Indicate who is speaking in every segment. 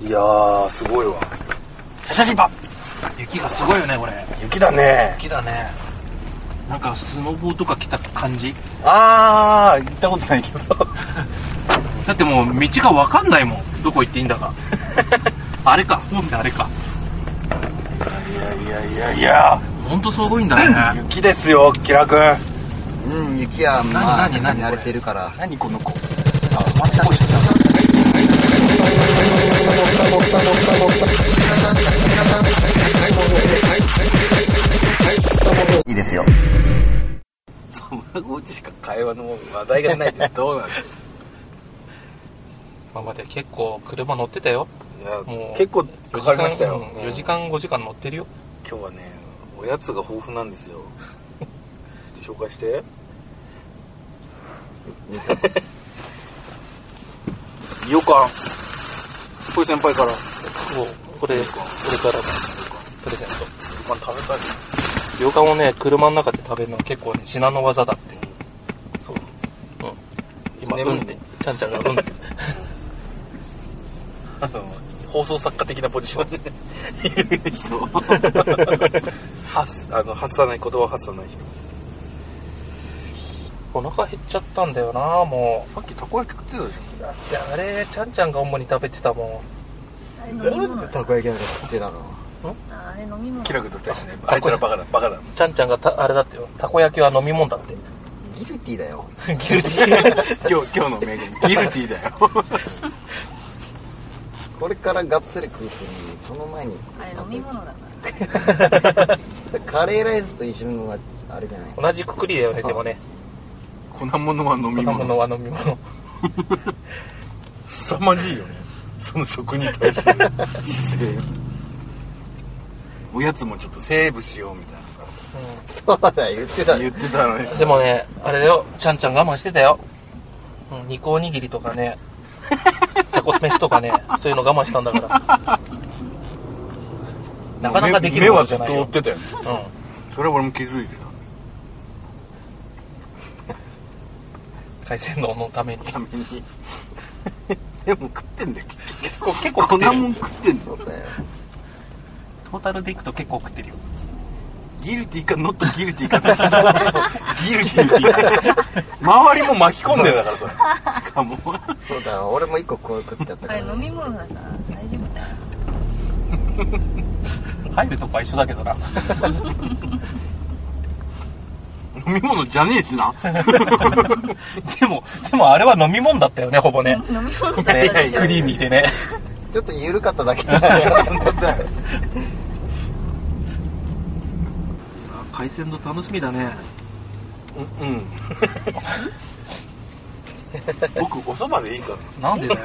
Speaker 1: いやーすごいわ
Speaker 2: シャシャリバ雪がすごいよねこれ
Speaker 1: 雪だね
Speaker 2: 雪だねなんかスノボーとか来た感じ
Speaker 1: あー行ったことないけど
Speaker 2: だってもう道が分かんないもんどこ行っていいんだ かあれか本線あれか
Speaker 1: いやいやいやいや
Speaker 2: ほんとすごいんだね
Speaker 1: 雪ですよキラ君
Speaker 3: うん雪はまあ
Speaker 2: 何何何
Speaker 3: 慣れてるから
Speaker 1: 何この子
Speaker 3: いいですよ
Speaker 1: そんなごちしか会話の話題がないってどうなんですか
Speaker 2: 今 まで結構車乗ってたよ
Speaker 1: いや
Speaker 2: もう
Speaker 1: 結構かかりましたよ、
Speaker 2: 4時間5時間乗ってるよ
Speaker 1: 今日はねおやつが豊富なんですよちょっと紹介してよかんこれ先輩からよ
Speaker 2: もうこれこれからプレゼン
Speaker 1: か
Speaker 2: ト
Speaker 1: ん食べたい
Speaker 2: 洋館をね車の中で食べるのは結構ね至難の技だって
Speaker 1: そう
Speaker 2: 今
Speaker 1: 眠
Speaker 2: う
Speaker 1: い
Speaker 2: んってちゃんちゃんがうんって
Speaker 1: あの放送作家的なポジションでいる人 発あの発さない言葉を発さない人
Speaker 2: お腹減っちゃったんだよなも
Speaker 1: さっきたこ焼き食ってたでし
Speaker 2: うだってあれちゃんちゃんが主に食べてたも
Speaker 3: たこ焼きなんか食ってたの
Speaker 4: あれ飲み
Speaker 1: ょ
Speaker 4: 物
Speaker 1: キラ君と二人ねあいつらバカだバカだ
Speaker 2: んちゃんちゃんがたあれだってよたこ焼きは飲み物だ って
Speaker 3: ギルティだよ
Speaker 2: ギルティー
Speaker 1: 今日今日のメニューギルティーだよ
Speaker 3: これからがっつり食うっていうのにその前に
Speaker 4: あれ飲み物だか
Speaker 3: カレーライスと一緒のはあれじゃない
Speaker 2: 同じくくりだよねでもね
Speaker 1: 粉物は飲
Speaker 2: 飲
Speaker 1: み
Speaker 2: み
Speaker 1: 物
Speaker 2: 物は飲み物
Speaker 1: 凄まじいよねその食に対する姿勢おやつもちょっとセーブしようみたいな
Speaker 3: そうだ言ってた
Speaker 1: さ言ってたのに
Speaker 2: でもねあれだよちゃんちゃん我慢してたよ、うん、肉おにぎりとかねたこ飯とかねそういうの我慢したんだからなかなかできる
Speaker 1: 目
Speaker 2: こ
Speaker 1: は
Speaker 2: とじ
Speaker 1: ず
Speaker 2: ゃ
Speaker 1: っと追
Speaker 2: ないよ
Speaker 1: っ、てたよね
Speaker 2: うん、
Speaker 1: それは俺も気づいてた
Speaker 2: 海鮮丼のために
Speaker 1: ためにでも食ってんだよ結
Speaker 2: 結構結
Speaker 1: 構
Speaker 2: 構食
Speaker 1: 粉
Speaker 2: ってる
Speaker 1: もん食ってんだよ
Speaker 3: そうだよ
Speaker 2: トータルでいくと結構食ってるよ
Speaker 1: ギルティーかノットギルティーかって聞いたけどギルティーか周りも巻き込んでるだからそれしかも
Speaker 3: そうだ俺も一個こう食っちゃった
Speaker 4: らあれ
Speaker 3: から
Speaker 4: 飲み物だから大丈夫だよ
Speaker 2: 入るとこは一緒だけどな
Speaker 1: 飲み物じゃねえしな
Speaker 2: でもでもあれは飲み物だったよねほぼね
Speaker 4: 飲み物だから
Speaker 1: いやい
Speaker 4: 大
Speaker 1: や
Speaker 4: 丈
Speaker 2: クリーミーでね
Speaker 3: ちょっと緩かっただけだよ
Speaker 2: 海鮮丼楽しみだね
Speaker 1: うん僕おそばでいいか
Speaker 2: なんでだよ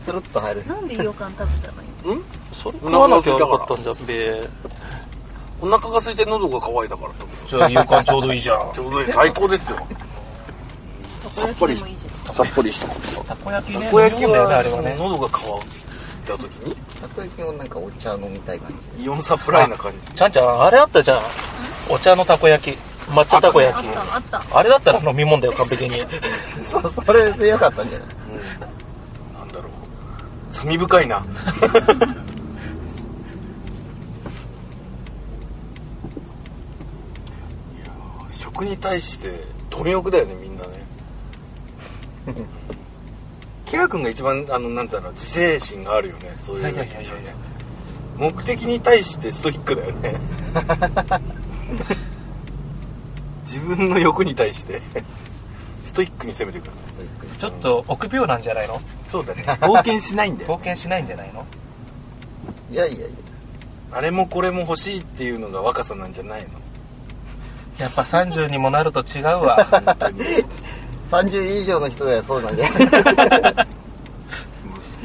Speaker 3: スルッと入る
Speaker 4: 夫なんで洋館食べたのよ
Speaker 1: なうん
Speaker 2: それ食わなきゃよかったんじゃんべ
Speaker 1: お腹が空いて喉が渇いたからと
Speaker 2: じゃあ勇敢ちょうどいいじゃん
Speaker 1: ちょうどいい最高ですよ
Speaker 4: たこ
Speaker 1: さっ
Speaker 4: 焼
Speaker 1: ぱ
Speaker 4: き
Speaker 1: り
Speaker 4: でもいいじゃん
Speaker 1: さっぱりしたこと
Speaker 2: たこ焼きね
Speaker 1: たこ焼き
Speaker 2: 飲み物だよねあ
Speaker 1: は
Speaker 2: れはね
Speaker 1: 喉が渇いた時に
Speaker 3: たこ焼きもなんかお茶飲みたい感じ
Speaker 1: イオンサプライな感じ
Speaker 2: ちゃんちゃんあれあったじゃんお茶のたこ焼き抹茶たこ焼き
Speaker 4: あったあった
Speaker 2: あれだったら飲み物だよ完璧に
Speaker 3: そうそれでよかったんじゃない
Speaker 1: なんだろう罪深 いな食に対して貪欲だよねみんなねキラ君が一番あのなんだろう自制心があるよねそういう
Speaker 2: いやいやいやいや
Speaker 1: 目的に対してストイックだよ ね自分の欲に対してストイックに攻めてくる
Speaker 2: ちょっと臆病なんじゃないの
Speaker 1: そうだね冒険しないんだよ
Speaker 2: 冒険しないんじゃないの
Speaker 3: いやいやいや
Speaker 1: あれもこれも欲しいっていうのが若さなんじゃないの
Speaker 2: やっぱ30にもなると違うわ
Speaker 1: 本当にも
Speaker 3: 30以上の人でそうなんで
Speaker 1: う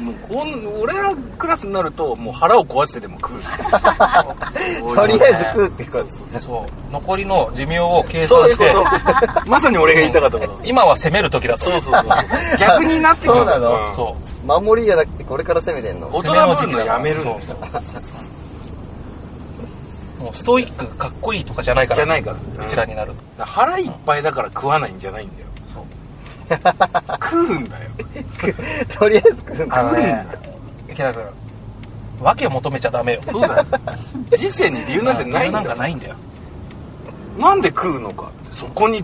Speaker 1: もうこん俺らクラスになるともう腹を壊してでも食う
Speaker 3: とりあえず食うってこと
Speaker 2: そう残りの寿命を計
Speaker 1: そう
Speaker 2: 算
Speaker 1: いうこ
Speaker 2: して
Speaker 1: とまさに俺が言いたかったこと
Speaker 2: 今は攻める時だと
Speaker 1: そうそうそう逆になってくる
Speaker 3: そうなの
Speaker 1: ん
Speaker 2: そ
Speaker 3: 守りじゃなくてこれから攻めてんの
Speaker 1: 大人ぶるのやめるんだよ
Speaker 2: そううもうストイックかっこいいとかじゃないから
Speaker 1: じゃないから
Speaker 2: うちらになる
Speaker 1: だから腹いっぱいだから食わないんじゃないんだよ
Speaker 2: そう
Speaker 1: 食うんだよ
Speaker 3: とりあえず食うんだ
Speaker 2: あのね池田君訳を求めちゃダメよ
Speaker 1: そうだよ人生に理由なんてないん
Speaker 2: な
Speaker 1: だ
Speaker 2: んかないんだよ
Speaker 1: なんで食うのかそこに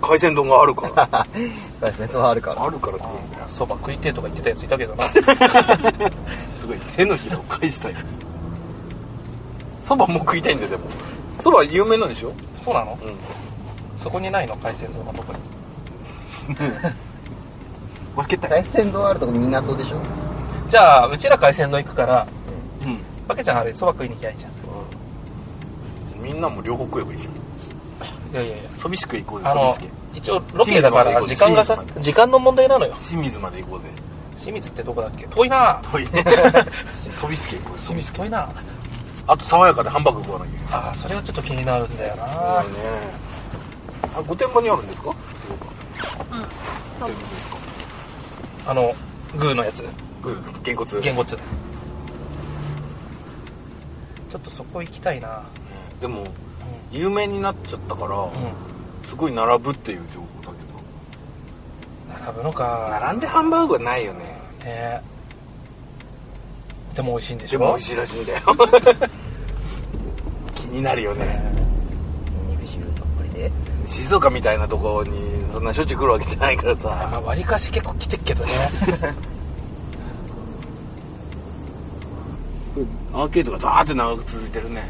Speaker 1: 海鮮丼がある から
Speaker 3: 海鮮丼はあるから
Speaker 1: あるから食うんだよ
Speaker 2: そば食いてえとか言ってたやついた けどな
Speaker 1: すごい手のひらを返したよそばも食いたいんだよでもそば有名なんでしょ
Speaker 2: そうなの
Speaker 1: うん
Speaker 2: そこにないの海鮮丼のとこに
Speaker 1: 分けたい
Speaker 3: 海鮮丼あるとこ港でしょ
Speaker 2: じゃあうちら海鮮丼行くから
Speaker 1: うん
Speaker 2: パケちゃんあれそば食いに行きゃいいじゃん
Speaker 1: みんなも両方食えばいいじゃん
Speaker 2: いやいやいや
Speaker 1: ソビスク行こうぜ
Speaker 2: あ
Speaker 1: ソビ
Speaker 2: の
Speaker 1: スケ
Speaker 2: 一応ロケだから時間がさ
Speaker 1: 清水まで行こう
Speaker 2: 時間の問題なのよ
Speaker 1: 清水まで行こうぜ
Speaker 2: 清水ってどこだっけ遠いな
Speaker 1: 遠 いソビスケ行こうぜ
Speaker 2: 清水遠いな
Speaker 1: あと爽やかでハンバーグ食わなきゃいけない
Speaker 2: ああそれはちょっと気になるんだよな
Speaker 1: あねあ御殿場にあるんですか
Speaker 4: そう
Speaker 2: あのグーのやつ
Speaker 1: うんげんこつ
Speaker 2: 言語通ちょっとそこ行きたいな
Speaker 1: でも有名になっちゃったから、
Speaker 2: うん、
Speaker 1: すごい並ぶっていう情報だけど
Speaker 2: 並ぶのか
Speaker 1: 並んでハンバーグはないよね
Speaker 2: ねでも美味しいんでし
Speaker 1: で
Speaker 2: ょ
Speaker 1: も美味しいらしいんだよ気になるよね
Speaker 3: 肉汁たっぷりで
Speaker 1: 静岡みたいなとこにそんなしょっちゅう来るわけじゃないから
Speaker 2: ま
Speaker 1: さ
Speaker 2: あ割かし結構来てっけ どね
Speaker 1: アーケードがザーって長く続いてるね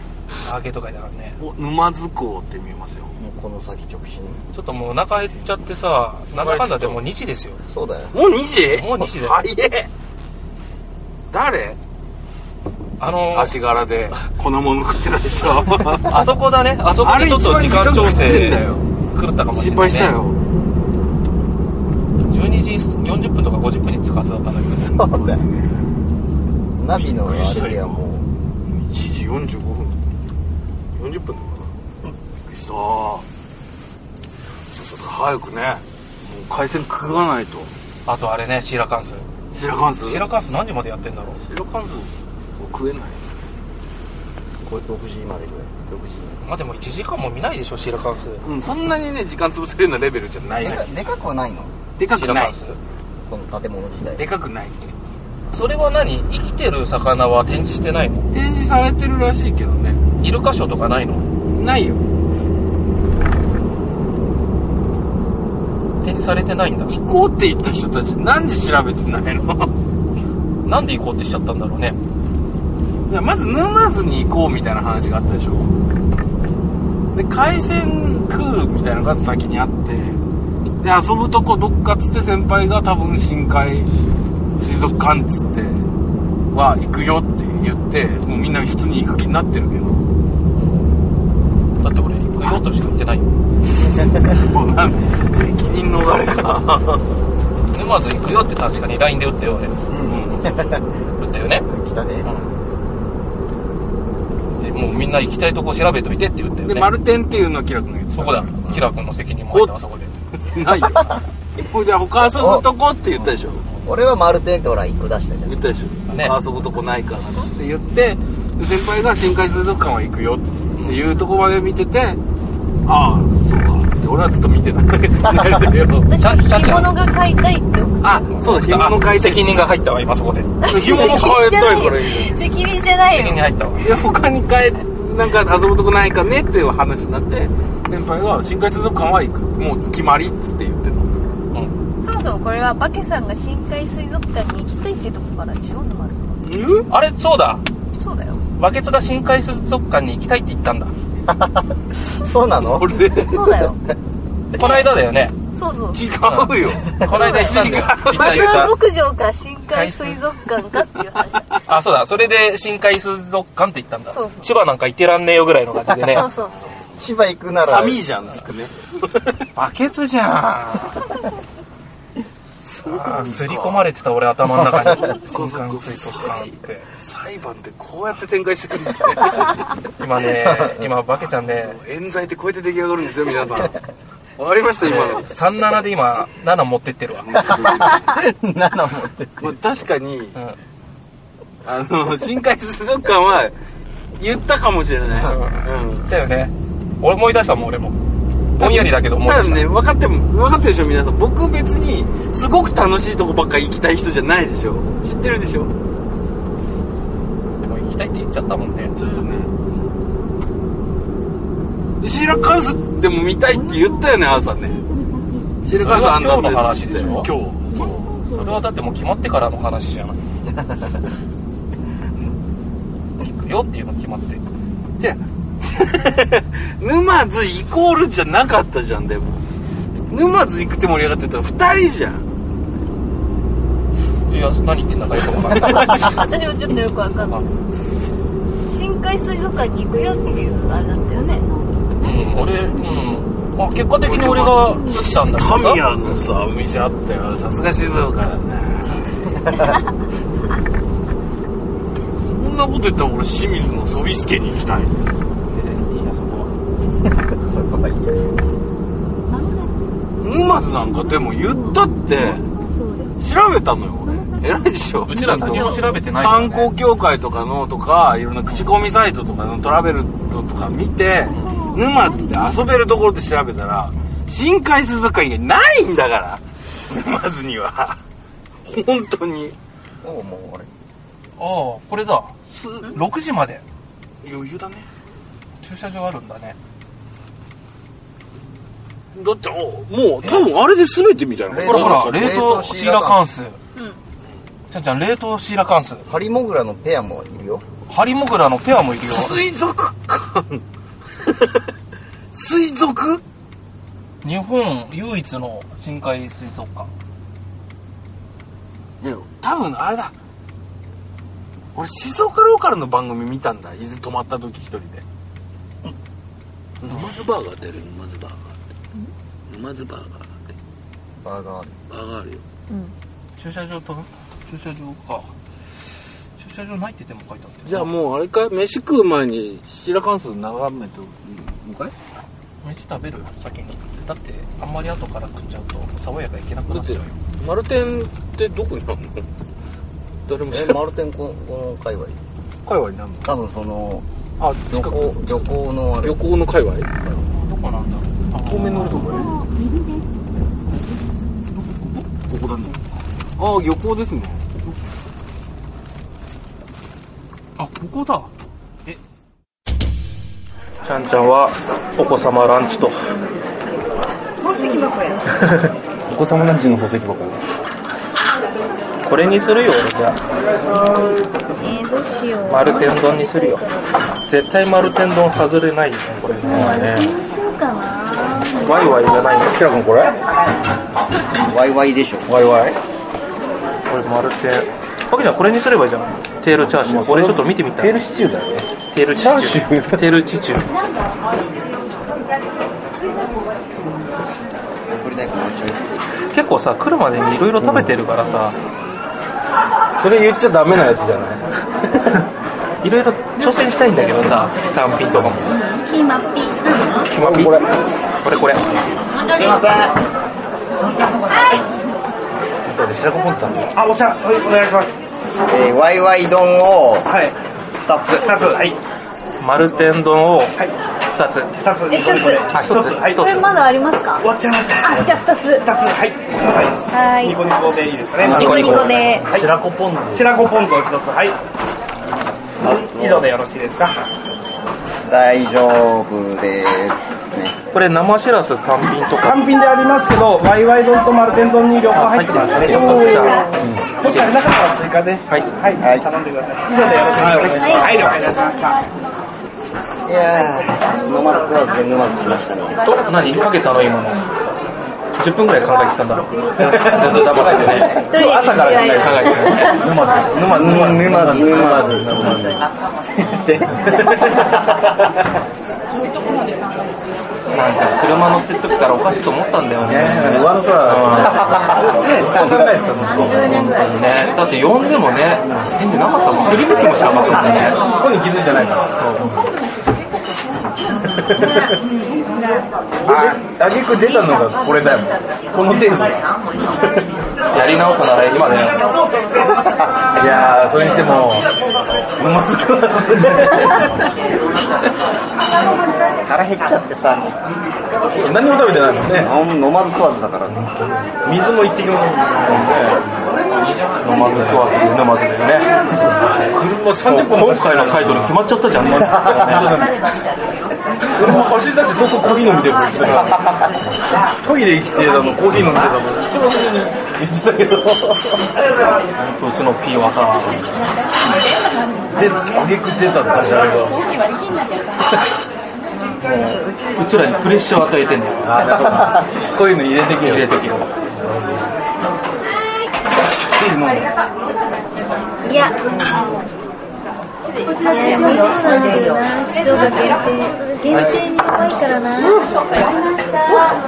Speaker 2: アーケード街だからね
Speaker 1: お沼津港って見えますよ
Speaker 3: もうこの先直進
Speaker 2: ちょっともうお腹減っちゃってさなんだかんだでもう2時ですよ
Speaker 3: そうだよ
Speaker 1: もう2時
Speaker 2: もう2時だよ
Speaker 1: 早え誰
Speaker 2: あの
Speaker 1: 足柄 で粉物食ってたでし ょ
Speaker 2: あそこだねあそこでちょっと時間調
Speaker 1: あれ一番時間食ってん
Speaker 2: 整
Speaker 1: だよ
Speaker 2: 狂ったかもし
Speaker 1: 心
Speaker 2: れな
Speaker 1: 配し
Speaker 2: い、ね、
Speaker 1: たよ
Speaker 2: 12時40分とか50分に着くはずだったんだけど
Speaker 3: そうだよナビのあれではもう
Speaker 1: 1時45分40分だからびっくりしたそうそう早くねもう海鮮食わないと
Speaker 2: あとあれねシーラカンス
Speaker 1: シラカンス
Speaker 2: シーラカンス何時までやってんだろう
Speaker 1: シラカンスを食えない
Speaker 3: これ6時までぐらい6時
Speaker 2: まあでも1時間も見ないでしょシーラカンス
Speaker 1: うんそんなにね時間潰せるようなレベルじゃない
Speaker 3: で
Speaker 1: ら
Speaker 3: か
Speaker 1: しい
Speaker 3: でかくはないの
Speaker 1: でか
Speaker 2: シ
Speaker 1: く
Speaker 2: ーラ
Speaker 1: な
Speaker 2: カ
Speaker 1: い
Speaker 2: ンス
Speaker 3: この建物自体
Speaker 1: でかくないって
Speaker 2: それは何生きてる魚は展示してないの
Speaker 1: 展示されてるらしいけどね
Speaker 2: イルカショーとかないの
Speaker 1: ないよ
Speaker 2: 展示されてないんだ
Speaker 1: 行こうって言った人たちなんで調べてないの
Speaker 2: なんで行こうってしちゃったんだろうね
Speaker 1: いやまず沼津に行こうみたいな話があったでしょで海鮮食うみたいなのが先にあってで遊ぶとこどっかっつって先輩が多分深海水族館っつっては行くよって言ってもうみんな普通に行く気になってるけど
Speaker 2: だって俺行くよとしか言ってないよ
Speaker 1: もうなん責任逃れか
Speaker 2: 沼津行くよって確かに LINE で打ったよ俺打ったよね
Speaker 3: 来たね
Speaker 2: うんでもうみんな行きたいとこ調べといてって言ったよ
Speaker 1: で
Speaker 2: ね
Speaker 1: 丸天っていうのはキラ君が言って
Speaker 2: そ
Speaker 1: た
Speaker 2: こだキラ君の責任も入ったわそこで
Speaker 1: ないよほいで他遊ぶとこって言ったでしょ
Speaker 3: 俺は丸天ってほら1個出したじゃん
Speaker 1: 言ったでしょ、
Speaker 2: ね
Speaker 1: あそことこないからっつって言ってで先輩が深海水族館は行くよっていうとこまで見てて、ああそうかって俺はずっと見てたんだけど
Speaker 4: 私
Speaker 2: シャ
Speaker 4: は
Speaker 2: ンシャン
Speaker 4: 着物が買いたいって送っ
Speaker 1: あそうだ紐の解析
Speaker 2: 責任が入ったわ今そこで
Speaker 4: た
Speaker 1: 紐の買いたいからいいじ
Speaker 4: 責任じゃない
Speaker 2: 責任
Speaker 4: よ
Speaker 2: 入ったわ
Speaker 1: で他に帰なんか遊ぶとこないかねっていう話になって先輩が深海水族館は行くもう決まりっつって言ってた
Speaker 2: うん
Speaker 4: そもそもこれはバケさんが深海水族館に行きたいってとこからでしょ沼津の
Speaker 1: え
Speaker 2: あれそうだ
Speaker 4: そうだよ
Speaker 2: バケツが深海水族館に行きたいって言ったんだ
Speaker 3: そうなの
Speaker 1: 俺違
Speaker 4: そうだよ
Speaker 2: この間だよね
Speaker 4: そうそう
Speaker 1: うよ
Speaker 2: この間行ったんだよ行っ
Speaker 4: マ
Speaker 2: た
Speaker 4: グ
Speaker 2: 行った
Speaker 4: ロ牧場か深海水族館かっていう話だ
Speaker 2: あ、そうだ。それで深海水族館って言ったんだ。
Speaker 4: そうそう
Speaker 2: 千葉なんか行ってらんねえよぐらいの感じでね。
Speaker 4: そうそうそう
Speaker 3: 千葉行くなら
Speaker 1: 寒 いじゃんっつってね
Speaker 2: バケツじゃん。 あー、すり込まれてた俺頭の中に。
Speaker 1: そう
Speaker 2: 深
Speaker 1: そう
Speaker 2: 海水族館って。
Speaker 1: 裁判ってこうやって展開してくるんですね
Speaker 2: 今ね、 今バケちゃんね、
Speaker 1: 冤罪ってこうやって出来上がるんですよ皆さ んわかりました今の
Speaker 2: 37で今、7持ってってるわ。
Speaker 3: 7持って
Speaker 1: まあ、確かに
Speaker 2: うん。
Speaker 1: あの深海水族館は言ったかもしれない、うん、
Speaker 2: だよね。俺思い出したもん、俺も。ぼんやりだけど思い
Speaker 1: 多
Speaker 2: 出
Speaker 1: 分
Speaker 2: した。
Speaker 1: ね分かっても分かってるでしょ皆さん僕別にすごく楽しいとこばっか行きたい人じゃないでしょ知ってるでしょ
Speaker 2: きたいって言っちゃったもんね
Speaker 1: ちょっとねシーラカンスでも見たいって言ったよね朝ねシーラカンスあんだ
Speaker 2: それは今日の話でしょ
Speaker 1: 今日そう
Speaker 2: それはだってもう決まってからの話じゃない行くよっていうの決まって
Speaker 1: じゃあ沼津イコールじゃなかったじゃんでも沼津行くって盛り上がってたの2人じゃん
Speaker 2: いや何言ってんだかよくわかんない
Speaker 4: 私もちょっとよくわかんない深海水族館に行くよっていうあれだったよね
Speaker 2: うん俺うんあ結果的に俺が来たんだけど
Speaker 1: 神
Speaker 2: さ
Speaker 1: 谷のさお店あったよさすが静岡 だねそんなこと言ったら俺清水のソビスケに行きたい
Speaker 2: いいなそこは
Speaker 3: そこはいいよ
Speaker 1: 沼津なんかでも言ったって調べたのよ俺偉いでしょ
Speaker 2: うちら何も調べてないから、
Speaker 1: 観
Speaker 2: ね、
Speaker 1: 光協会とかのとかいろんな口コミサイトとかのトラベルとか見て沼津で遊べるところって調べたら深海水族館以外ないんだから沼津には本当に
Speaker 3: おうもう俺
Speaker 2: ああこれだ
Speaker 1: す
Speaker 2: 6時まで
Speaker 1: 余裕だね
Speaker 2: 駐車場あるんだね
Speaker 1: だってもう多分あれで全てみたいな
Speaker 2: ほらほら
Speaker 3: そうそう
Speaker 2: 冷凍シーラカンス
Speaker 4: うん
Speaker 2: ちゃんちゃん冷凍シーラカンス
Speaker 3: ハリモグラのペアもいるよ
Speaker 2: ハリモグラのペアもいるよ
Speaker 1: 水族館水族
Speaker 2: 日本唯一の深海水族館
Speaker 1: ね多分あれだ俺静岡ローカルの番組見たんだ伊豆泊まった時一人で
Speaker 5: 沼津バーガーってあるよ沼津バーガーって沼津バーガーって
Speaker 3: バーガ ー
Speaker 5: バーガーあるよ
Speaker 2: 駐車場と駐車場か駐車場ないってでも書いてあったよ
Speaker 1: じゃあもうあれかい飯食う前に白関数眺めておかい
Speaker 2: 飯食べる先にだってあんまり後から食っちゃうと爽やかいけなくなっちゃうよ
Speaker 1: 丸天ってどこにあんの 誰も知
Speaker 3: え
Speaker 1: らない
Speaker 3: マルテンここの界隈
Speaker 1: 界隈にあんの
Speaker 3: 多分その
Speaker 1: あ
Speaker 3: 漁
Speaker 1: 近く
Speaker 3: 港漁港のあれ
Speaker 1: 旅行の界隈
Speaker 2: どこなんだろう
Speaker 1: 透明のとこねここだねああ漁港ですね
Speaker 2: あここだえちゃんちゃんはお子様ランチと
Speaker 4: 宝石箱や
Speaker 1: お子様ランチの宝石箱
Speaker 2: これにするよ俺じゃ
Speaker 4: えー、どうしよう
Speaker 2: あ丸天丼にするよ絶対丸天丼外れないよねこれね
Speaker 4: どうしようかな
Speaker 2: ワイワイいらないのキラ君これ
Speaker 3: ワイワイでしょ
Speaker 2: ワイワイこれ丸天パクちゃんこれにすればいいじゃんテールチャーシューこれちょっと見てみたい
Speaker 1: シチューだよね
Speaker 2: テールチャーシュー テールチチュー
Speaker 3: これねこれちょい
Speaker 2: 結構さ来るまでにいろいろ食べてるからさ
Speaker 1: それ言っちゃダメなやつじゃない
Speaker 2: いろいろ挑戦したいんだけどさ単品とかも
Speaker 4: キーマッピー
Speaker 2: 決まりこれこれこれ
Speaker 1: すいません。はい。白子ポンズさんも。
Speaker 2: あお茶はいお願いします
Speaker 3: えーワイワイ丼を
Speaker 2: はい
Speaker 3: 2つ
Speaker 2: 2つはい丸天丼を2つ2つ
Speaker 4: え一つ
Speaker 2: あ一つ一
Speaker 4: これ
Speaker 2: つ
Speaker 4: まだありますか終わっちゃいましたあじゃあ二つ二つはいはいニコニコでいいですねニコニコで
Speaker 1: 白子ポンズ。
Speaker 6: 白子ポン酢を一つはい以上でよろしいですか
Speaker 3: 大丈夫ですね
Speaker 2: これ生しらす単品とか
Speaker 6: 単品でありますけどワイワイ丼と丸天丼に両方入ってますね
Speaker 2: そっかじゃあ
Speaker 6: もしあれなかったら追加で
Speaker 2: はい
Speaker 6: はい、頼んでください以上でよろしいですねはい、了解いたしました
Speaker 3: いやー飲まず食わずで沼津来ましたね
Speaker 2: と何かけたの今の10分ぐらい考えてたんだろう ずっと黙って てね
Speaker 4: 今日朝から考え
Speaker 2: 考えてね
Speaker 1: 沼津。
Speaker 3: 沼
Speaker 1: 沼
Speaker 3: 津
Speaker 1: 津。
Speaker 3: 沼津沼津って
Speaker 2: なんせ車乗ってる時からおかしいと思ったんだよね
Speaker 1: ねえ、上のさ。考えてたの。
Speaker 2: ねだって呼んでもね返事なかったもん振り向きもしなかったもんね
Speaker 1: ここに気づいてないから。あ、あげく出たのがこれだよ。このテープ。
Speaker 2: やり直すなら今だよ
Speaker 1: いやー、それにしても。沼津食わず
Speaker 3: 腹減っちゃってさ
Speaker 1: 何も食べてないもんね。
Speaker 3: 飲まず食わずだからね
Speaker 1: 水も一滴も飲んでないもんね。
Speaker 2: 飲まず食わずで沼津だよね
Speaker 6: もう30分も
Speaker 2: 今回のタイトル決まっちゃったじゃん。
Speaker 1: 俺も走り出してそうそうコーヒー飲みてるこいつトイレ行きてえだのコーヒー飲みてえだの一番最初に
Speaker 2: うちの P はさ、
Speaker 1: でげく出たダジャレが
Speaker 2: うちらにプレッシャーを与えてんだよ。
Speaker 1: こういうの入れてけよ
Speaker 2: 入れてきよ。
Speaker 1: ビール飲む
Speaker 7: いや。いや、でもそうなんだけどな。そうだけど限定に弱いからな。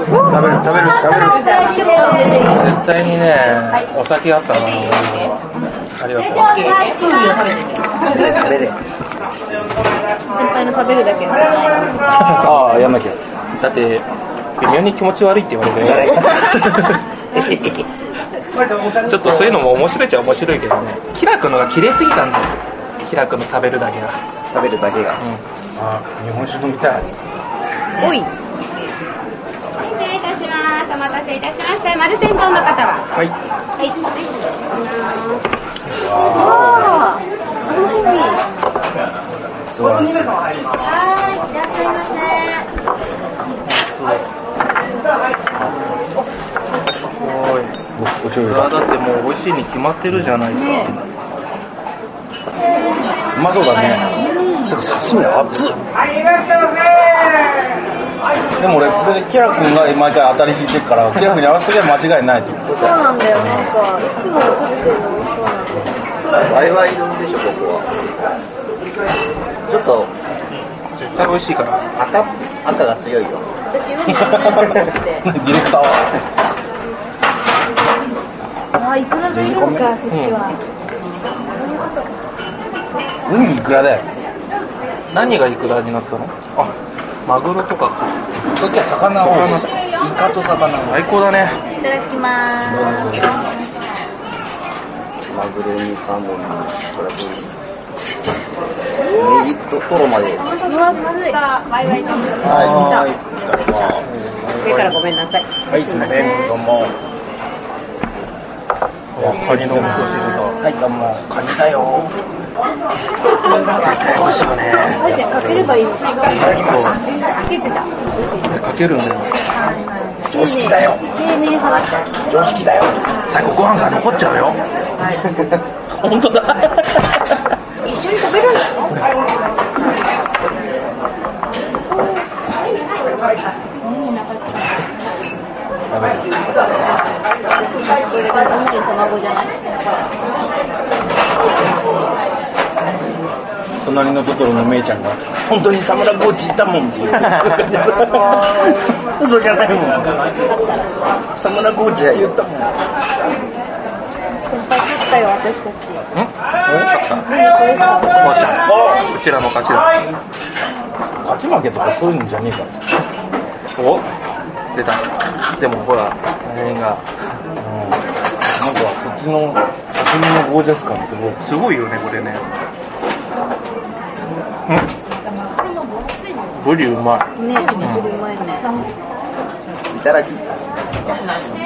Speaker 1: 食べる食べる食べる
Speaker 7: ちょっ
Speaker 2: 絶対にね、お酒あったらな。ありがとう。
Speaker 3: 食べれ
Speaker 7: と先輩の食べるだけ。
Speaker 3: ああやんなきゃ
Speaker 2: だって、微妙に気持ち悪いって言われてちょっとそういうのも面白いっちゃ面白いけどね。キラ君のが綺麗すぎたんだよ。キラ君の食べるだけが。
Speaker 3: 食べるだけが
Speaker 1: あ日本酒飲みたい
Speaker 7: おい。
Speaker 8: 失礼いたします。お待たせいたしました。マルセン丼の方は。
Speaker 2: はい。
Speaker 8: はい。
Speaker 7: ああ。なるほどね
Speaker 8: はい。いらっしゃいませ。
Speaker 3: おお醤油
Speaker 2: それはだってもう美味しいに決まってるじゃないか。
Speaker 3: うまそうだねでも刺身熱っ
Speaker 1: でも俺でキラ君が毎回当たり引いてるからキラ君に合わせて間違いないと思う
Speaker 7: そうなんだよ。なんかいつも食べてるの美味しそうなんだよ。
Speaker 3: ワイワイ丼でしょここはちょっと
Speaker 2: 絶対美味しいから。
Speaker 3: 赤赤が強いよ
Speaker 7: 私海にないと思って。
Speaker 1: ディレクターは
Speaker 7: ああ、いくらがいるのかそっちは。そういうことか。
Speaker 1: 海いくらだよ
Speaker 2: 何がいくらになったのあ、マグロとか。
Speaker 1: そっちは魚をイカと魚を
Speaker 2: 最高だね。
Speaker 7: いただきます。
Speaker 3: マグロにサーモンにトラフグネギとトロまでは
Speaker 7: 分厚い。
Speaker 8: ワイワイ丼。
Speaker 3: い
Speaker 8: 上からごめんなさい。
Speaker 1: はいすいませんどうもカニのお味噌汁とはいどうもカニだよ
Speaker 7: 大将かければいいのか。つけてた。美味しい。
Speaker 2: かけるんだよ。
Speaker 7: 常識だよ。丁寧派だった。
Speaker 1: 常識だよ最後ご飯が残っちゃうよ
Speaker 2: 本当だ。
Speaker 7: 一緒に食べるんだろ。これが主に卵じゃない。
Speaker 1: 隣のトトロのめいちゃんが本当にサムラコーチいたもんっていう嘘じゃないもんサムラコーチって言ったもん
Speaker 7: 先輩勝ったよ私たち。何これさ。
Speaker 2: こうした。うちらの勝ちだ。
Speaker 1: 勝ち負けとかそういうのじゃねえから
Speaker 2: お出た。でもほら、全員が。
Speaker 1: なんかそっちの刺身のゴージャス感すごい
Speaker 2: すごいよね、これね。うん。ブリうまい。
Speaker 7: ねえ、る前に。
Speaker 3: いただき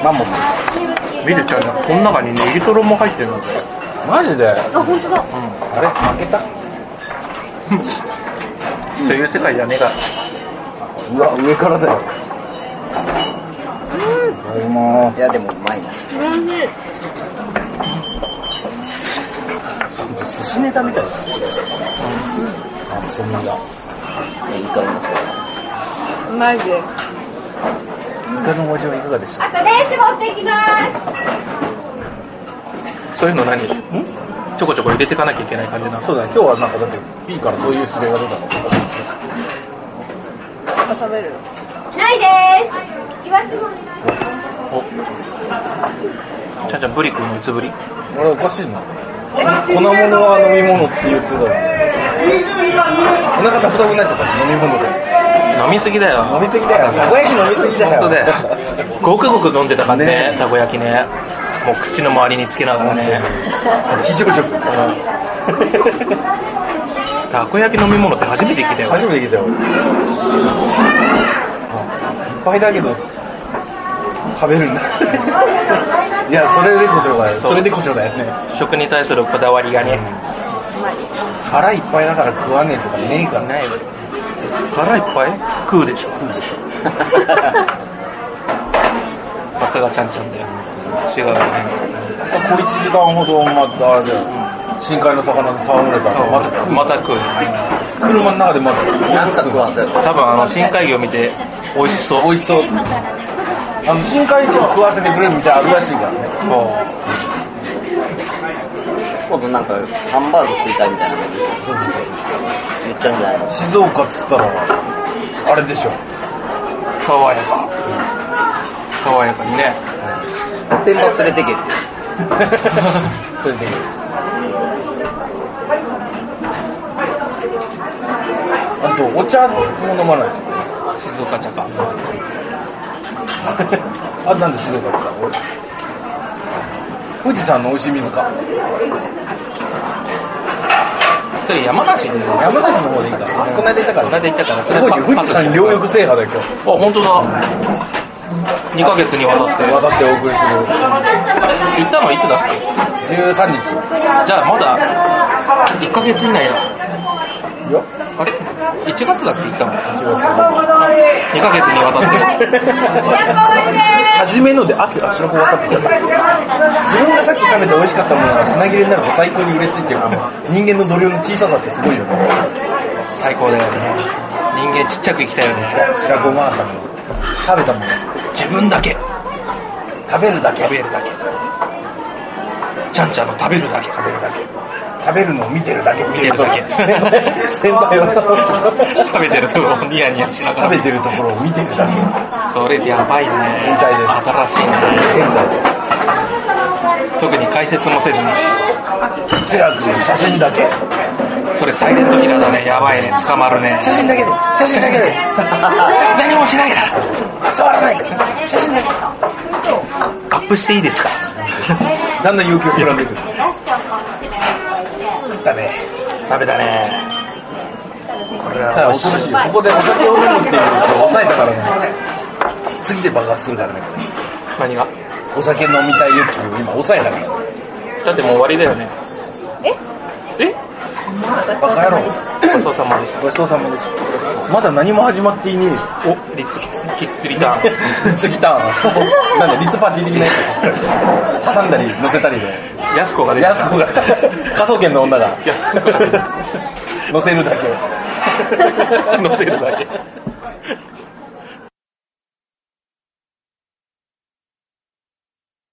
Speaker 1: マンモス
Speaker 2: 見るちゃんが、この中にネギトロも入ってるんだぜ。
Speaker 1: マジであ
Speaker 7: あ本当だ。
Speaker 1: れ負けた
Speaker 2: そういう世界じゃねえか。
Speaker 1: うわ上からだよいただきま
Speaker 3: いやでもうまいな
Speaker 1: す寿司ネタみたいだあそんなだ
Speaker 3: いい感じ
Speaker 7: マジで。
Speaker 1: イカのお味はいかがでした
Speaker 8: あとね、絞っていきます。
Speaker 2: そういうの何ちょこちょこ入れていかなきゃいけない感じなの。
Speaker 1: そうだね今日はなんかだって P からそういう指令が出た
Speaker 7: 食
Speaker 1: の
Speaker 7: べる。
Speaker 8: ないです。いわしもお願いします。
Speaker 2: ちゃんちゃん、ブリ君のいつぶり
Speaker 1: あれおかしいな粉物は飲み物って言ってたのにお腹タプタプになっちゃった飲み物で
Speaker 2: 飲みすぎだよ。
Speaker 1: 飲みすぎだよたこ焼き飲みすぎだよ
Speaker 2: 本当だよごくごく飲んでたからね
Speaker 1: ね
Speaker 2: たこ焼きねもう口の周りにつけながらね
Speaker 1: 非常食
Speaker 2: たこ焼き飲み物って初めて聞いたよ
Speaker 1: 初めて聞いたよ俺あいっぱいだけど食べる んだいやそれでこそだよそれでこそだよね
Speaker 2: 食に対するこだわりがね
Speaker 7: うまい。
Speaker 9: 腹いっぱいだから食わねえとかねえから
Speaker 2: ないわ腹いっぱい食う でしょ
Speaker 9: 食うでしょ
Speaker 2: さすがちゃんちゃんだよ違うね
Speaker 9: 小1時間ほどまたあれだよ深海の魚と戯れたらまた食う
Speaker 2: また食う
Speaker 9: 車の中でまず
Speaker 3: 何作はったよ
Speaker 2: 多分あの深海魚見て美味しそう
Speaker 9: 美味しそうあの深海魚食わせてくれる店あるらしいからね
Speaker 2: そう
Speaker 3: 今度なんかハンバーグ食いたいみたいな感じで言っちゃうんじゃないの
Speaker 9: 静岡っつったらあれでしょ
Speaker 2: 爽やか爽やかにね
Speaker 3: 天罰連れてけって
Speaker 9: それであとお茶も飲まないと
Speaker 2: 静岡茶か
Speaker 9: あなんで静岡っつったの俺富士山の美味しい水か
Speaker 2: それ山梨にこ
Speaker 9: 山梨の方でいいかなこの間行ったから
Speaker 2: の間行ったから
Speaker 9: すごいね富士山両翼制覇だよ今
Speaker 2: あ本当だ2ヶ月にわたって
Speaker 9: 日渡ってお送りす
Speaker 2: 行ったのはいつだっけ
Speaker 9: る13日
Speaker 2: じゃあまだ1ヶ月以内だ
Speaker 9: いや
Speaker 2: あれ1月だっけ行ったの2ヶ月にわたって
Speaker 9: 初めのであってあ白子終わったって言った自分がさっき食べて美味しかったものが品切れになると最高に嬉しいっていうか人間の度量の小ささってすごいよね
Speaker 2: 最高だよね人間ちっちゃく生きたよね
Speaker 9: 白子回ったもの食べたもの
Speaker 2: 自分だけ
Speaker 9: 食べるだけ
Speaker 2: 食べるだけちゃんちゃんの食べるだけ食べるだけ
Speaker 9: 食べるのを見てるだけ見
Speaker 2: 見てるだけ
Speaker 9: 先輩は
Speaker 2: 食べてるところをニヤニヤしながら
Speaker 9: 食べてるところを見てるだけ
Speaker 2: それやばいね
Speaker 9: 変態です
Speaker 2: 新しいね
Speaker 9: 変態です
Speaker 2: 特に解説もせずに
Speaker 9: キラ君の写真だけ
Speaker 2: それサイレントキラーだねやばいね捕まるね
Speaker 9: 写真だけで写真だけで
Speaker 2: 何もしないから
Speaker 9: 触らないから写真だけ
Speaker 2: アップしていいですか
Speaker 9: だんだん要求膨らんでくる食ったね
Speaker 2: 食べたね
Speaker 9: ただ恐ろしいよここでお酒を飲むっていうのを抑えたからね次で爆発するからね
Speaker 2: 何が
Speaker 9: お酒飲みたい欲求を今抑えたからね
Speaker 2: だってもう終わりだよねええ
Speaker 9: バカ野郎
Speaker 2: ごちそうさまでした
Speaker 9: ごちそうさまでしたまだ何も始まっていねえ よ
Speaker 2: おリッツキッズリターン
Speaker 9: リッツギターンなんだリッツパーティー的なやつ挟んだり乗せたりで
Speaker 2: やす子が出て
Speaker 9: 安子が科捜研の女が
Speaker 2: やす 子が出て
Speaker 9: 乗せるだけ
Speaker 2: 乗せるだけ